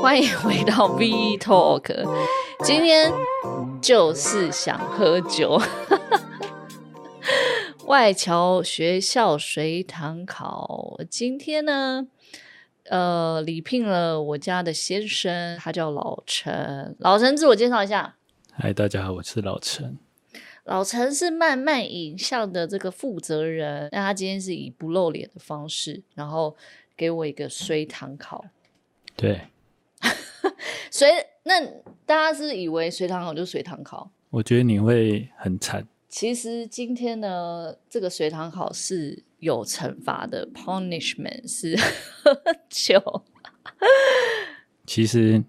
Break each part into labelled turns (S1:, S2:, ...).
S1: 欢迎回到 V Talk，今天就是想喝酒。 外侨学校随堂考，今天呢，呃，礼聘了我家的先生，他叫老陈。老陈自我介绍一下，
S2: 嗨，大家好，我是老陈。
S1: 老陈是漫漫影像的这个负责人，那他今天是以不露脸的方式，然后给我一个随堂考。
S2: 对，
S1: 随那大家是以为随堂考就随堂考，
S2: 我觉得你会很惨。
S1: 其实今天呢，这个随堂考是有惩罚的，punishment 是 喝酒。
S2: 其实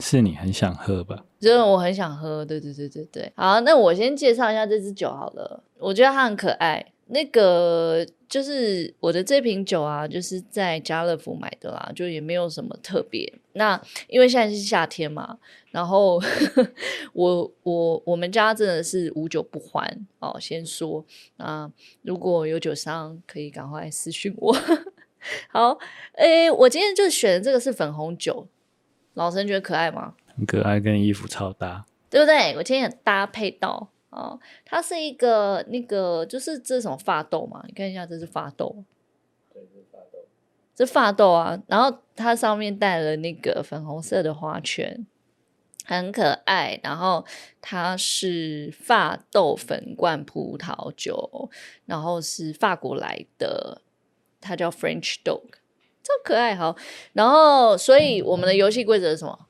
S2: 是你很想喝吧？
S1: 真的，我很想喝。对对对对对。好，那我先介绍一下这支酒好了。我觉得它很可爱。那个就是我的这瓶酒啊，就是在家乐福买的啦，就也没有什么特别。那因为现在是夏天嘛，然后 我我我们家真的是无酒不欢哦。先说啊，如果有酒商可以赶快私讯我。 好，诶，我今天就选的这个是粉红酒，老陈觉得可爱吗？
S2: 很可爱，跟衣服超搭。
S1: 对不对？我今天也搭配到哦，它是一个那个就是这种发豆嘛，你看一下这是发豆，对，这是发豆，这发豆啊。然后它上面带了那个粉红色的花圈，很可爱。然后它是发豆粉罐葡萄酒，然后是法国来的，它叫 French Dog，超可爱好。然后所以我们的游戏规则是什么？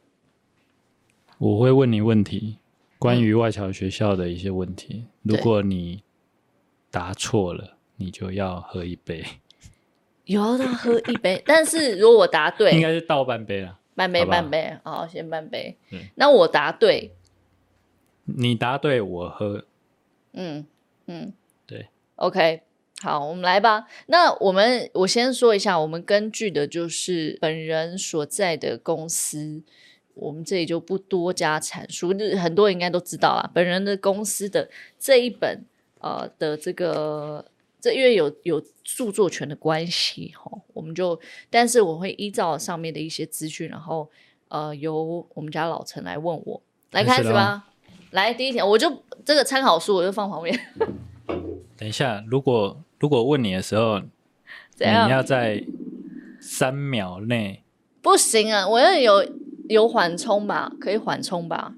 S2: 我会问你问题，关于外侨学校的一些问题。如
S1: 对
S2: 果你答错了，你就要喝一杯，
S1: 有他喝一杯， 但是如果我答
S2: 应
S1: 对，
S2: 该是倒半杯啦。
S1: 半杯
S2: 好吧
S1: 半杯，好，先半杯
S2: 嗯。
S1: 那我答对，
S2: 你答对，我喝。
S1: 嗯嗯，
S2: 对
S1: ，OK，好，我们来吧。那我们我先说一下，我们根据的就是本人所在的公司，我们这里就不多加阐述，就是很多人应该都知道啦。本人的公司的这一本呃的这个。这因为有有著作权的关系哈，吼我们就，但是我会依照上面的一些资讯，然后呃由我们家老陈来问我，来
S2: 开
S1: 开
S2: 始
S1: 始
S2: 了
S1: 吧。来，第一题，我就这个参考书我就放旁边，
S2: 等一下，如果如果问你的时候，你
S1: 怎样？
S2: 要在三秒内
S1: 不行啊，我要有有缓冲吧，可以缓冲吧，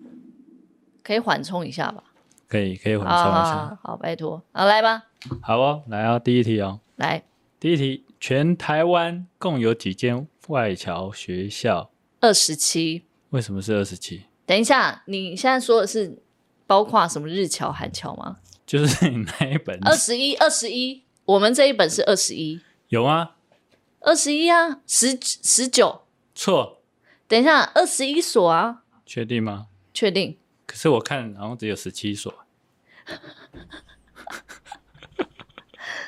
S1: 可以缓冲一下吧。
S2: 可以可以缓
S1: 好
S2: 冲
S1: 好好
S2: 一下。
S1: 好，拜托，好来吧，
S2: 好哦，来哦，第一题哦。
S1: 来
S2: 第一题，全台湾共有几间外侨学校？
S1: 二十七。
S2: 为什么是二十七？
S1: 等一下，你现在说的是包括什么日侨、韩侨吗？
S2: 就是你那一本
S1: 二十一，二十一，我们这一本是二十一，
S2: 有啊吗？
S1: 二十一啊，十十九。
S2: 错，
S1: 等一下，二十一所啊，
S2: 确定吗？
S1: 确定？
S2: 可是我看好像只有十七所，
S1: 哦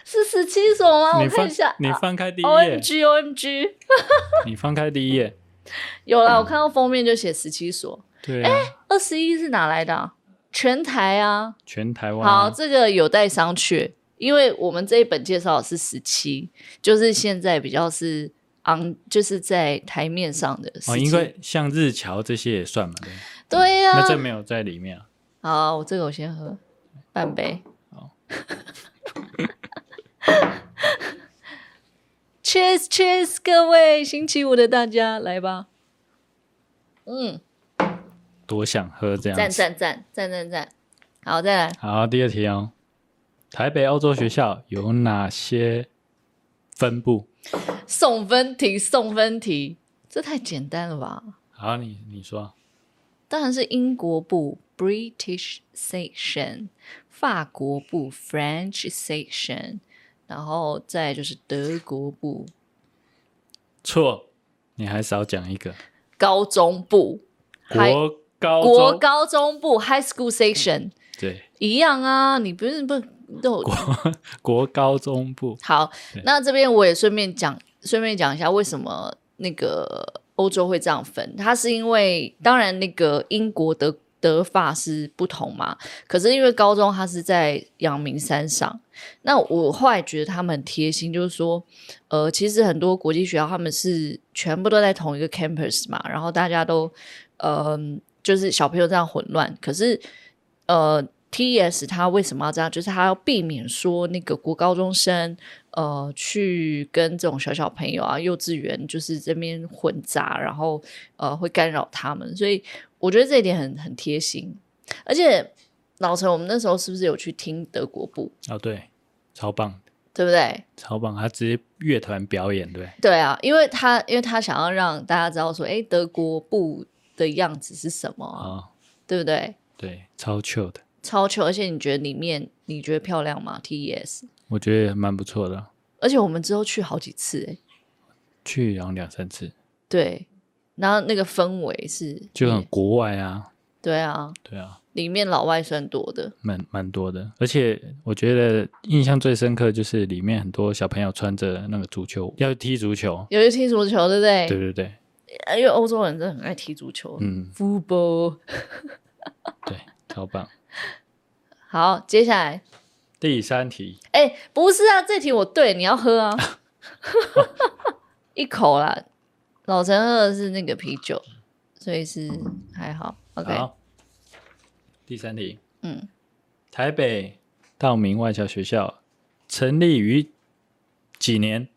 S1: 是十七所吗？
S2: 你
S1: 我看
S2: 翻
S1: 一下哦
S2: 你翻开第一页，
S1: ，OMG OMG。
S2: 你翻开第一页，
S1: 有啦，我看到封面就写十七所，
S2: 对啊，
S1: 二十一是哪来的、啊？全台啊。
S2: 全台湾
S1: 好，
S2: 啊
S1: 这个有待商榷，因为我们这一本介绍的是十七，就是现在比较是昂，就是在台面上的17。
S2: 哦，因为像日侨这些也算嘛，对不对
S1: 对呀、
S2: 那这
S1: 啊。
S2: 没有在里面啊。
S1: 好，我这个我先喝半杯。
S2: 好
S1: Cheers, cheers！各位星期五的大家来吧。嗯，
S2: 多想喝这样
S1: 赞
S2: 子。
S1: 赞赞赞赞赞。好，再来。
S2: 好，第二题哦，台北欧洲学校有哪些分部？
S1: 送分题，送分题，这太简单了吧？
S2: 好，你你说，
S1: 当然是英国部 （British Section），法国部 （French Section），然后再就是德国部
S2: 错，你还少讲一个
S1: 高中部，还
S2: 国高中
S1: 国高中部 （High School Section）
S2: 对
S1: 一样啊。你不是不都有
S2: 国国高中部
S1: 好
S2: 对？
S1: 那这边我也顺便讲，顺便讲一下为什么那个欧洲会这样分，它是因为当然那个英国的的发师不同嘛。可是因为高中他是在阳明山上，那我后来觉得他们很贴心，就是说，呃，其实很多国际学校他们是全部都在同一个 campus 嘛，然后大家都，呃，就是小朋友这样混乱。可是，呃，TES 他为什么要这样？就是他要避免说那个国高中生，呃，去跟这种小小朋友啊、幼稚园就是这边混杂，然后呃会干扰他们。所以我觉得这一点很很贴心，而且。老陈，我们那时候是不是有去听德国部，
S2: 哦，对，超棒，
S1: 对不对？
S2: 超棒，他直接乐团表演，对，
S1: 对啊，因为他因为他想要让大家知道说，哎，德国部的样子是什么啊，
S2: 哦，
S1: 对不对？
S2: 对，超 chill 的，
S1: 超球，而且你觉得里面你觉得漂亮吗？TES，
S2: 我觉得也蛮不错的，
S1: 而且我们之后去好几次、哎，
S2: 去然后两三次
S1: 对，然后那个氛围是
S2: 就很国外啊，
S1: 对啊，
S2: 对啊，
S1: 里面老外算多的，
S2: 蛮蛮多的，而且我觉得印象最深刻就是里面很多小朋友穿着那个足球要踢足球，
S1: 有去踢足球，对不对？呃
S2: 对对对，
S1: 因为欧洲人真的很爱踢足球、
S2: 嗯，
S1: f o o t b a l l
S2: 对，超棒。
S1: 好，接下来，
S2: 第三题，
S1: 哎、不是啊，这题我对，你要喝啊，一口啦。老陈喝的是那个啤酒，所以是还好。OK，
S2: 好，第三题，
S1: 嗯，
S2: 台北道明外侨学校成立于几年？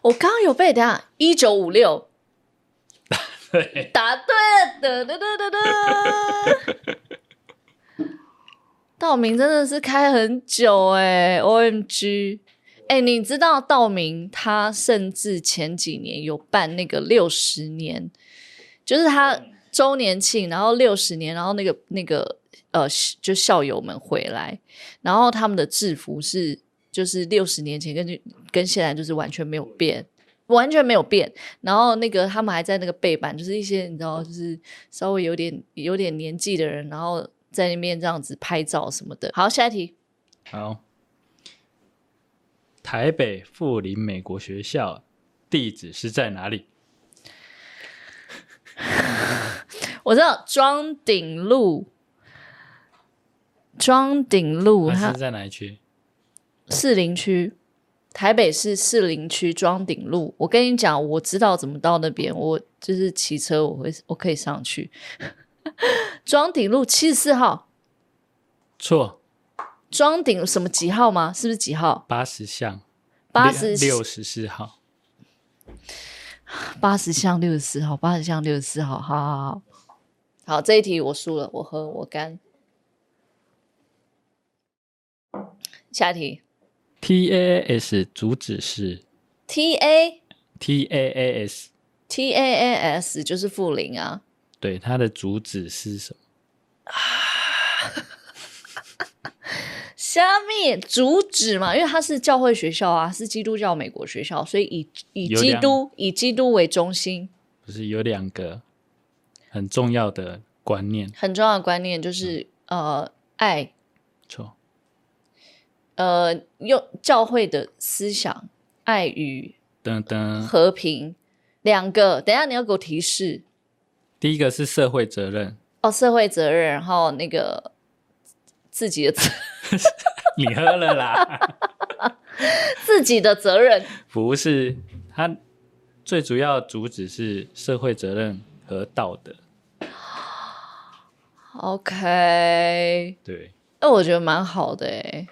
S1: 我刚刚有背，等一下一九五六
S2: 对，
S1: 答对了，哒哒哒哒哒。道明真的是开很久哎、o M G！哎、你知道道明他甚至前几年有办那个六十年，就是他周年庆，然后六十年，然后那个那个呃，就校友们回来，然后他们的制服是就是六十年前跟跟现在就是完全没有变，完全没有变。然后那个他们还在那个背板，就是一些你知道，就是稍微有点有点年纪的人，然后在那边这样子拍照什么的。好，下一题，
S2: 好，台北富林美国学校地址是在哪里？
S1: 我知道庄顶路，庄顶路
S2: 它
S1: 它
S2: 啊是在哪一区？
S1: 士林区，台北市士林区庄顶路。我跟你讲，我知道怎么到那边，我就是骑车，我会我可以上去。 庄顶路七十四号，
S2: 错，
S1: 庄顶什么几号吗？是不是几号？
S2: 八十巷
S1: 八十
S2: 六十四号。
S1: 八十项六十四号，八十项六十四号，好好好，好，这一题我输了，我喝我干。下一题
S2: T A S 主旨是
S1: ，T A
S2: T A A S，
S1: T A A S 就是富林啊，
S2: 对，它的主旨是什么？
S1: 虾米主旨嘛，因为它是教会学校啊，是基督教美国学校，所以以以
S2: 有
S1: 基
S2: 两
S1: 督以基督为中心，
S2: 不是有两个很重要的观念？
S1: 很重要的观念就是、
S2: 嗯
S1: 呃爱
S2: 错，
S1: 呃用教会的思想爱与
S2: 噔噔，
S1: 和平，两个。等一下你要给我提示
S2: 第一个是社会责任，
S1: 哦，社会责任，然后那个自己的责
S2: 你喝了 啦。
S1: 自己的责任，
S2: 不是，它最主要主旨是社会责任和道德。
S1: OK，哎、
S2: 对，
S1: 我觉得蛮好的哎、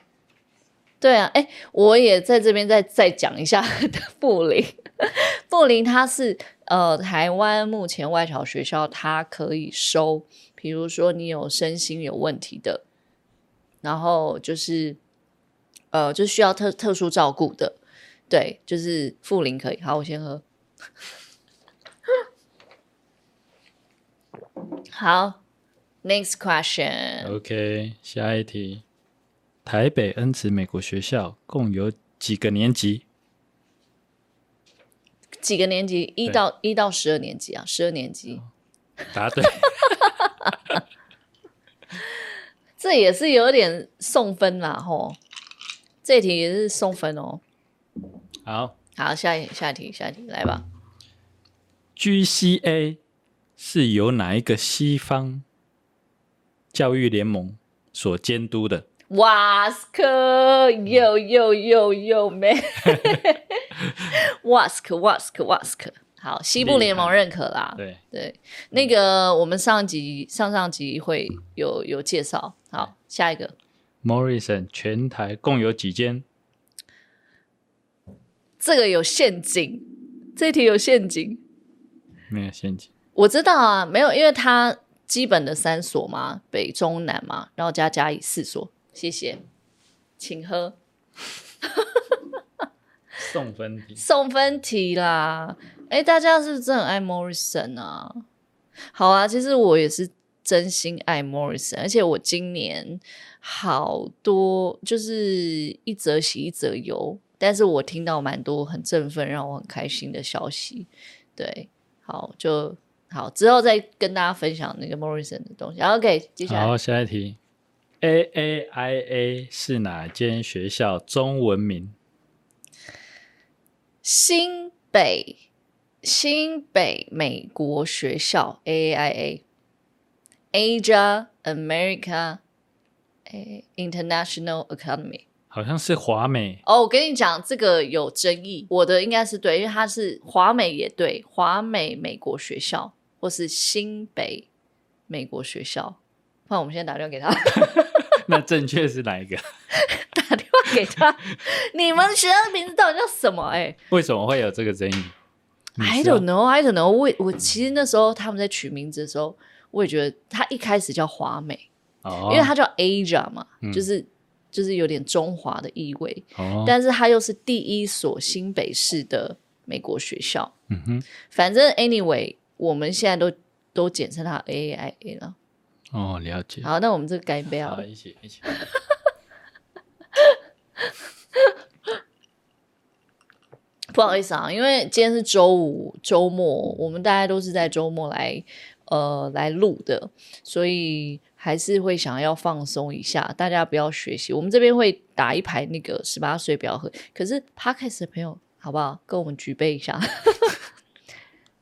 S1: 对啊，哎、我也在这边再再讲一下 布林，布林它是呃台湾目前外侨学校，它可以收，比如说你有身心有问题的，然后就是呃就需要特特殊照顾的，对，就是富林可以。好，我先喝。 好，next question。
S2: OK，下一题，台北恩慈美国学校共有几个年级？
S1: 几个年级？一
S2: 对嗯
S1: 到一到十二年级啊，十二年级，
S2: 答 对，
S1: 这也是有点送分啦吼。这一题也是送分哦。
S2: 好
S1: 好，下一下一题，下一题来吧。
S2: ，GCA 是由哪一个西方教育联盟所监督的。
S1: 瓦斯克，又又又又没， 瓦斯克，瓦斯克，瓦斯克。好，西部联盟认可啦。
S2: 对，
S1: 对，那个我们上集、上上集会有有介绍。好，下一个
S2: Morrison 全台共有几间？
S1: 这个有陷阱，这题有陷阱。
S2: 没有陷阱。
S1: 我知道啊，没有，因为它基本的三所嘛，北中南嘛，然后加加以四所。谢谢，请喝
S2: 送分题。
S1: 送分题啦。哎，大家是不是真的很爱 Morrison 啊？好啊，其实我也是真心爱 Morrison，而且我今年好多就是一则喜一则忧，但是我听到蛮多很振奋让我很开心的消息。对，好就好，之后再跟大家分享那个 Morrison 的东西。好 OK，接下来
S2: 好，下一题。A A I A 是哪间学校中文名？
S1: 新北新北美国学校 A I A Asia America A International Academy。
S2: 好像是华美。
S1: 哦，我跟你讲，这个有争议。我的应该是对，因为它是华美也对，华美美国学校或是新北美国学校。那我们现在打电话给他，
S2: 那正确是哪一个？
S1: 打电话给他。你们学校的名字到底叫什么、哎，
S2: 为什么会有这个争议你
S1: I
S2: 知道
S1: don't know, I don't know 我。我其实那时候他们在取名字的时候，我也觉得他一开始叫华美，
S2: 哦，
S1: 因为它叫 Asia 嘛，
S2: 嗯
S1: 就是就是有点中华的意味，
S2: 哦，
S1: 但是它又是第一所新北市的美国学校。
S2: 嗯哼，
S1: 反正 anyway，我们现在都都简称它 AIA 了。
S2: 哦，了解。
S1: 好，那我们这个干杯啊好
S2: 好，
S1: 了。
S2: 一起一起。
S1: 不好意思啊，因为今天是周五，周末我们大家都是在周末来呃来录的，所以还是会想要放松一下。大家不要学习，我们这边会打一排那个十八岁不要喝，可是 podcast 的朋友好不好，跟我们举杯一下。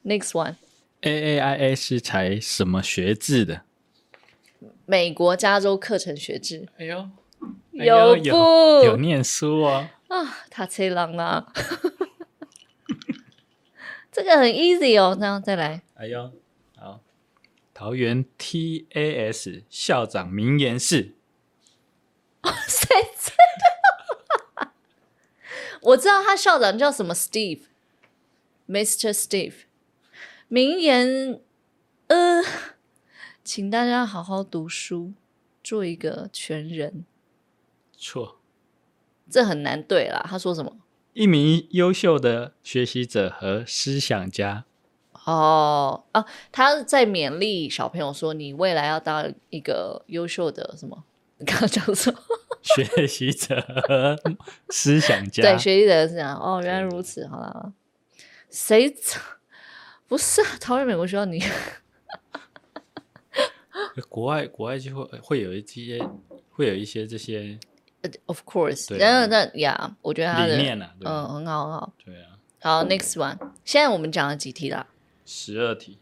S1: Next one，
S2: A A I A 是才什么学制的？
S1: 美国加州课程学制
S2: 哎呦，哎
S1: 有
S2: 呦
S1: 不？
S2: 有有念书哦。
S1: 啊，他吹狼啦， 这个很 easy 哦，那再来。
S2: 哎呦，好。桃园 T A S 校长名言是
S1: 谁知道？ 我知道他校长叫什么 Steve，Mr. Steve。名言，呃，请大家好好读书，做一个全人。
S2: 错。
S1: 这很难对啦。他说什么？
S2: 一名优秀的学习者和思想家。
S1: 哦啊，他在勉励小朋友说：“你未来要当一个优秀的什么？”你刚刚讲什么？
S2: 学习者和思想家，
S1: 对，学习者是这样。哦，原来如此，好啦，谁知不是啊？桃园美国学校你，
S2: 国外国外就会会有一些会有一些这些
S1: of course，
S2: 对啊
S1: 那那呀，我觉得他的
S2: 理念啊，对
S1: 嗯
S2: 吧
S1: 很好很好。
S2: 对啊，
S1: 好，next one，现在我们讲了几题啦？
S2: 十二题，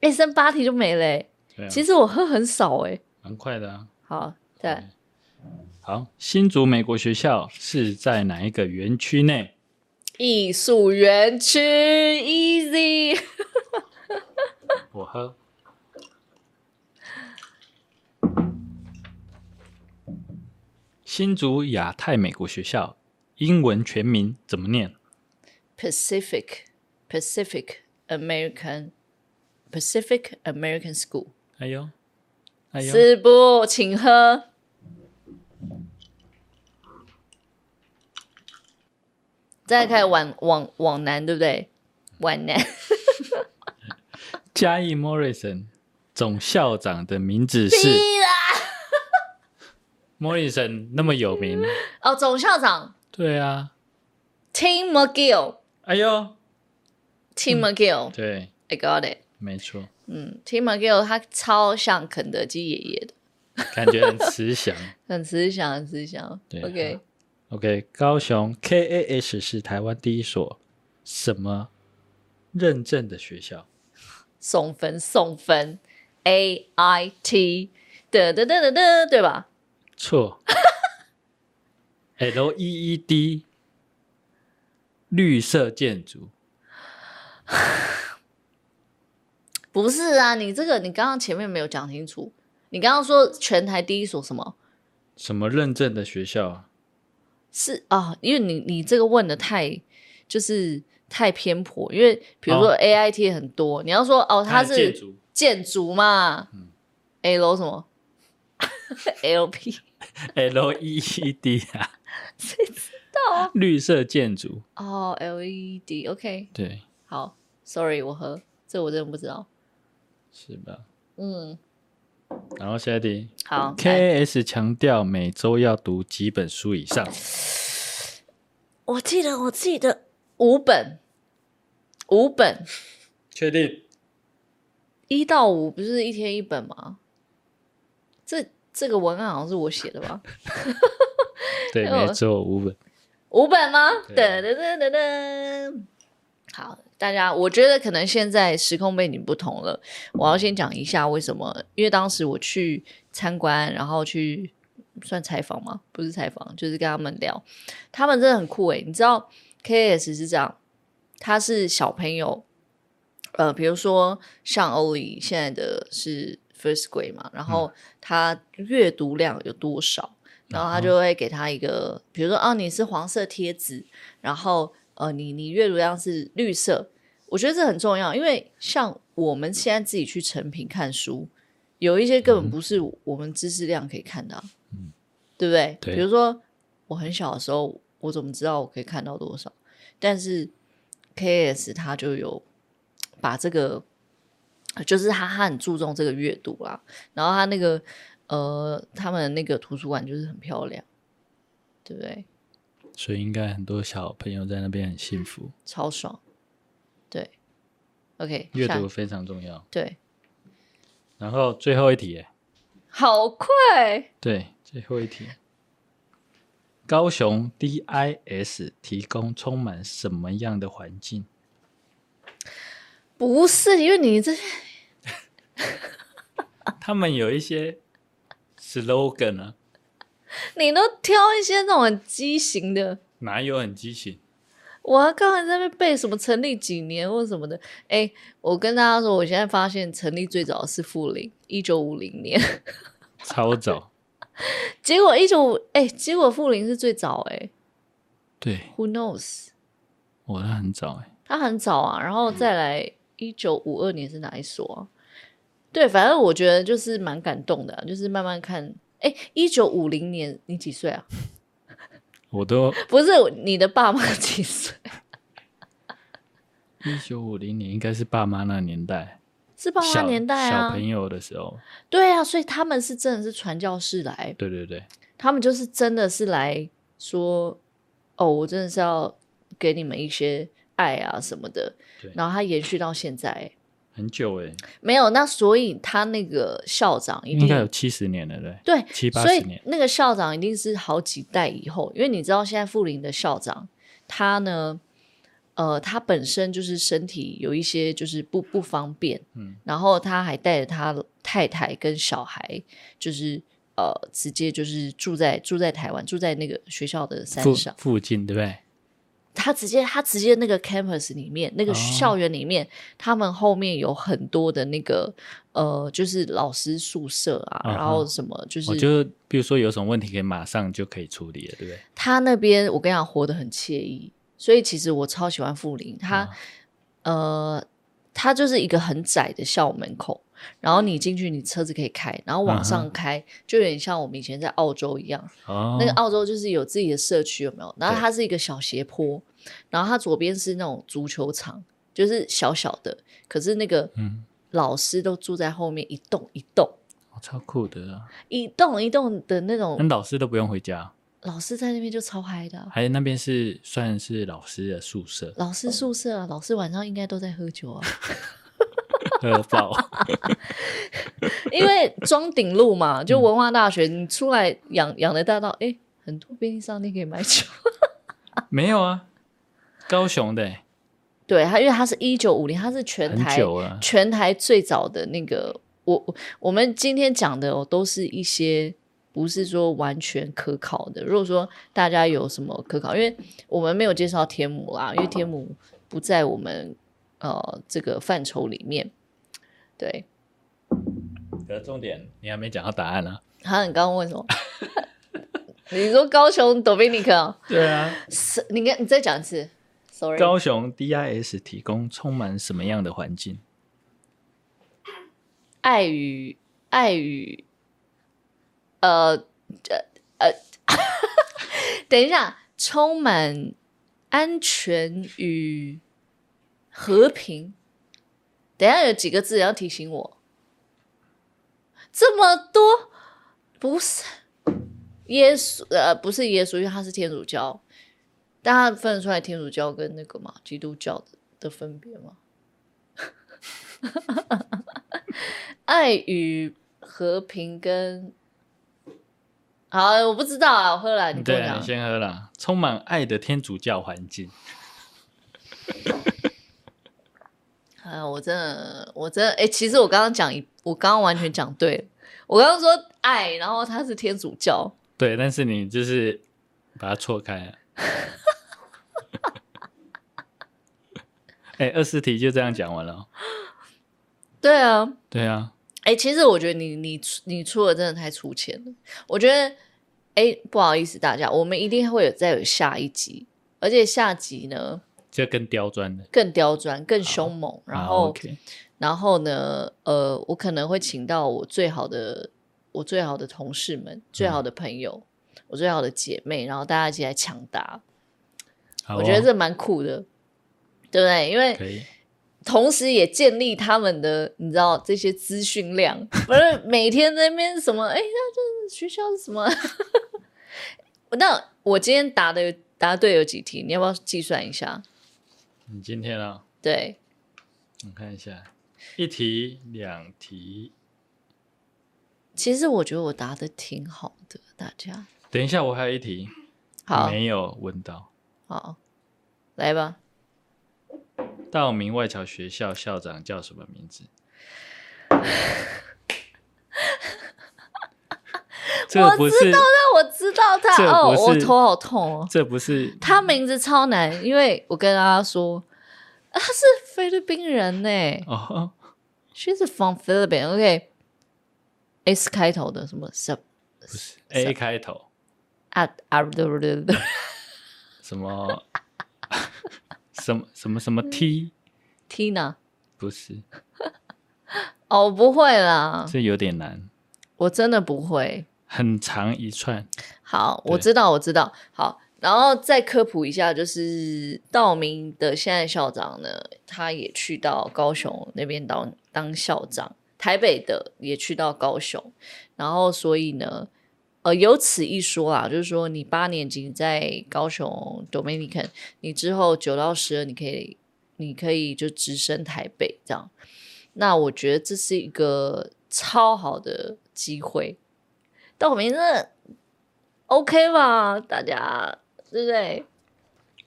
S1: 哎，剩八题就没了欸。
S2: 对啊，
S1: 其
S2: 实
S1: 实我喝很少哎。
S2: 蛮快的啊。
S1: 好，再来，
S2: 好，新竹美国学校是在哪一个园区内？
S1: 艺术园区，easy。
S2: 我喝，新竹亚太美国学校英文全名怎么念？
S1: Pacific Pacific American Pacific American School，
S2: 哎呦，哎呦，
S1: 师傅，请喝。再开始往往往南，对不对？往南
S2: 嘉义 Morrison 总校长的名字是
S1: 啊
S2: Morrison，那么有名，
S1: 哦，总校长
S2: 对啊，
S1: Tim McGill，Tim
S2: 哎呦，嗯
S1: McGill，I、
S2: 对，
S1: got it。
S2: 没错，
S1: 嗯，Tim McGill 他超像肯德基爷爷的，
S2: 感觉很 慈祥。
S1: 很慈祥，很慈祥。
S2: 对
S1: OK，
S2: OK，高雄 KAS 是台湾第一所什么认证的学校？
S1: 送分送分，A I T 得得得得得，对吧？
S2: 错，L E E D，绿色建筑，
S1: 不是啊，你这个你刚刚前面没有讲清楚，你刚刚说全台第一所什么？
S2: 什么认证的学校啊？
S1: 是啊，因为你你这个问的太就是太偏颇，因为比如说
S2: 哦
S1: A I T 很多，你要说哦它
S2: 的建
S1: 是
S2: 筑
S1: 建筑嘛、l 什么 L P
S2: L E E D 啊，绿色建筑，
S1: 哦 L E D OK
S2: 对，
S1: 好，Sorry 我喝这我真的不知道，
S2: 是吧？
S1: 嗯，
S2: 然后下一题
S1: 好来
S2: ，K S 强调每周要读几本书以上，
S1: 我记得我记得五本五本
S2: 确定？
S1: 一到五不是一天一本吗？这这个文案好像是我写的吧？
S2: 对，
S1: 哎呦
S2: 没错，五本。
S1: 五本吗？噔
S2: 对啊
S1: 噔噔噔噔。好，大家，我觉得可能现在时空背景不同了，我要先讲一下为什么，因为当时我去参观，然后去算采访吗？不是采访，就是跟他们聊，他们真的很酷诶、你知道 KS 是这样，他是小朋友，呃，比如说像欧里现在的是 First Grade 嘛，然后他阅读量有多少？然后他就会给他一个，比如说啊，你是黄色贴纸，然后呃，你你阅读量是绿色，我觉得这很重要，因为像我们现在自己去成品看书，有一些根本不是我们知识量可以看到，对不对？
S2: 对
S1: 比如说我很小的时候，我怎么知道我可以看到多少？但是 KS 他就有把这个，就是他他很注重这个阅读啦，然后他那个呃，他们那个图书馆就是很漂亮，对不对？
S2: 所以应该很多小朋友在那边很幸福，
S1: 超爽，对，OK，
S2: 阅
S1: 下
S2: 读非常重要。
S1: 对，
S2: 然后最后一题耶，
S1: 好快，
S2: 对，最后一题。高雄 DIS 提供充满什么样的环境？
S1: 不是因为你这些
S2: 他们有一些 slogan 啊，
S1: 你都挑一些那种很畸形的，
S2: 哪有很激情？
S1: 我刚才在那边背什么成立几年或什么的，哎、我跟大家说，我现在发现成立最早的是富林，一九五零年，
S2: 超早，
S1: 结果一九五，哎，结果富林是最早、
S2: 对
S1: 哎，Who knows？
S2: 我那很早哎，
S1: 他很早啊，然
S2: 嗯
S1: 后再来一九五二年是哪一所啊？对，反正我觉得就是蛮感动的啊、就是慢慢看。哎，一九五零年你几岁啊？
S2: 我都
S1: 不是你的爸妈几岁？
S2: 一九五零年，应该是爸妈那年代，
S1: 是爸妈
S2: 小
S1: 年代
S2: 小
S1: 啊
S2: 朋。友的时候，
S1: 对啊，所以他们是真的是传教士来，
S2: 对对对，
S1: 他们就是真的是来说，哦，我真的是要给你们一些爱啊什么的
S2: 对。
S1: 然后他延续到现在，
S2: 很久哎，
S1: 没有那所以他那个校长一定
S2: 应该有七十年了，对，
S1: 对，
S2: 七八
S1: 所
S2: 十
S1: 以
S2: 年，
S1: 那个校长一定是好几代以后，因为你知道现在富林的校长，他呢，呃，他本身就是身体有一些就是不不方便，
S2: 嗯，
S1: 然后他还带着他太太跟小孩，就是呃，直接就是住在住在台湾，住在那个学校的山
S2: 附
S1: 上，
S2: 附近对不对？
S1: 他直接他直接那个 campus 里面那个
S2: 哦
S1: 校园里面，他们后面有很多的那个呃，就是老师宿舍啊，
S2: 啊哈
S1: 然后什么就是
S2: 我就比如说有什么问题，可以马上就可以处理了，对不对？
S1: 他那边我跟你讲活得很惬意，所以其实我超喜欢富林。他、
S2: 嗯
S1: 呃，他就是一个很窄的校门口，然后你进去，你车子可以开，然后往
S2: 啊
S1: 上
S2: 哈
S1: 开，就有点像我们以前在澳洲一样。
S2: 哦，
S1: 那个澳洲就是有自己的社区，有没有？然后
S2: 对
S1: 它是一个小斜坡，然后它左边是那种足球场，就是小小的，可是那个
S2: 嗯，
S1: 老师都住在后面一栋一栋。
S2: 哦超酷的啊，
S1: 一栋一栋的那种
S2: 那，老师都不用回家，
S1: 老师在那边就超嗨的啊、，
S2: 还有那边是算是老师的宿舍
S1: 老师宿舍啊，老师晚上应该都在喝酒啊，
S2: 喝爆，
S1: 因为庄顶路 嘛，就文化大学，你出来养养的大道，哎、很多便利商店可以买 酒。
S2: 没有啊，高雄的欸
S1: 对，它因为它是一九五零，它是全
S2: 很啊
S1: 台
S2: 久了，
S1: 全台最早的那个我我我们今天讲的、哦、都是一些不是说完全可考的。如果说大家有什么可考，因为我们没有介绍天母啦，因为天母不在我们呃这个范畴里面。对，
S2: 可是重点你还没讲到答案啊呢、
S1: 哈，你刚刚问什么？ 你说高雄 Dominic 啊、
S2: 对啊，
S1: 是你跟你再讲一次，sorry，
S2: 高雄 DIS 提供充满什么样的环境？
S1: 爱与爱与呃呃呃， 等一下，充满安全与和平。等一下有几个字要提醒我，这么多不是耶稣呃不是耶稣，因为他是天主教，大家分得出来天主教跟那个嘛基督教的的分别吗？ 爱与和平跟好，我不知道啊，我喝了，你跟我
S2: 对啊，
S1: 讲
S2: 你。先喝啦。充满爱的天主教环境，
S1: 啊，我真的，我真的，哎、其实我刚刚讲一，我刚刚完全讲对了。我刚刚说爱，然后他是天主教，
S2: 对，但是你就是把它错开啊了。 哎、二十题就这样讲完了哦。
S1: 对啊。
S2: 对啊，
S1: 哎、其实我觉得你你出你出的真的太粗浅了。我觉得，哎、不好意思大家，我们一定会有再有下一集，而且下集呢
S2: 这跟刁钻的。
S1: 更刁钻、更凶猛，然
S2: 啊
S1: 后、
S2: OK，
S1: 然后呢，呃，我可能会请到我最好的、我最好的同事们、最好的朋友、我最好的姐妹，然后大家一起来抢答。
S2: 好
S1: 我觉得
S2: 哦
S1: 这蛮酷的，对不对？因为
S2: 可以。
S1: 同时也建立他们的，你知道这些资讯量，不是每天在那边什么，哎，那这学校是什么？ 那我今天答的答对有几题？你要不要计算一下？
S2: 你今天啊，
S1: 对，
S2: 我看一下，一题、两题。
S1: 其实我觉得我答的挺好的，大家
S2: 等一下，我还有一题
S1: 好
S2: 没有问到。
S1: 好来吧。
S2: 道明外侨学校校长叫什么名字？ 这
S1: 我
S2: 不是，
S1: 那我知道他
S2: 这
S1: 哦，
S2: 不
S1: 我
S2: 是
S1: 头好痛哦。
S2: 这不是
S1: 他名字超难，因为我跟大家说，啊他是菲律宾人呢、
S2: 哦，
S1: She's from Philippines. OK. S 开头的什么 sub
S2: 不是 A 开头，
S1: at 啊不对不对不对，
S2: 什么什么什么什
S1: 嗯
S2: 么 T，
S1: Tina。
S2: 不是，
S1: 哦，我不会啦，
S2: 这有点难，
S1: 我真的不会。
S2: 很长一串。
S1: 好，
S2: 对
S1: 我知道，我知道。好，然后再科普一下，就是道明的现在校长呢，他也去到高雄那边当当校长，台北的也去到高雄，然后所以呢，呃，有此一说啊，就是说你八年级在高雄 Dominican，你之后九到十二你可以，你可以就直升台北这样。那我觉得这是一个超好的机会，道明真的 OK 吧，大家对不对？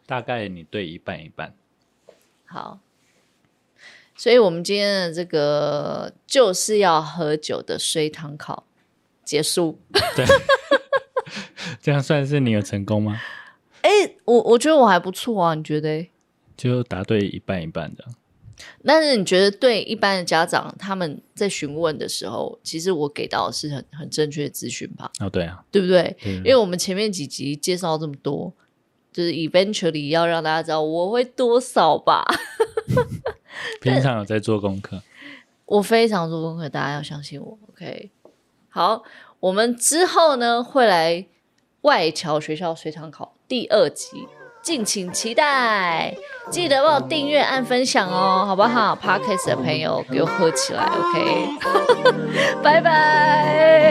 S2: 大概你对一半一半，
S1: 好，所以我们今天的这个就是要喝酒的水汤考结束。
S2: 这样算是你有成功吗？
S1: 我我觉得我还不错啊，你觉得欸？
S2: 就答对一半一半的，
S1: 但是你觉得对一般的家长他们在询问的时候，其实我给到的是很很正确的资讯吧，
S2: 哦，对啊，
S1: 对不对？
S2: 对
S1: 因为我们前面几集介绍这么多，就是 eventually 要让大家知道我会多少吧。
S2: 平常有在做功课，
S1: 我非常做功课，大家要相信我。OK，好，我们之后呢会来外侨学校随堂考第二集，敬请期待。记得帮我订阅、按分享哦，好不好？Podcast 的朋友给我喝起来，OK？拜拜。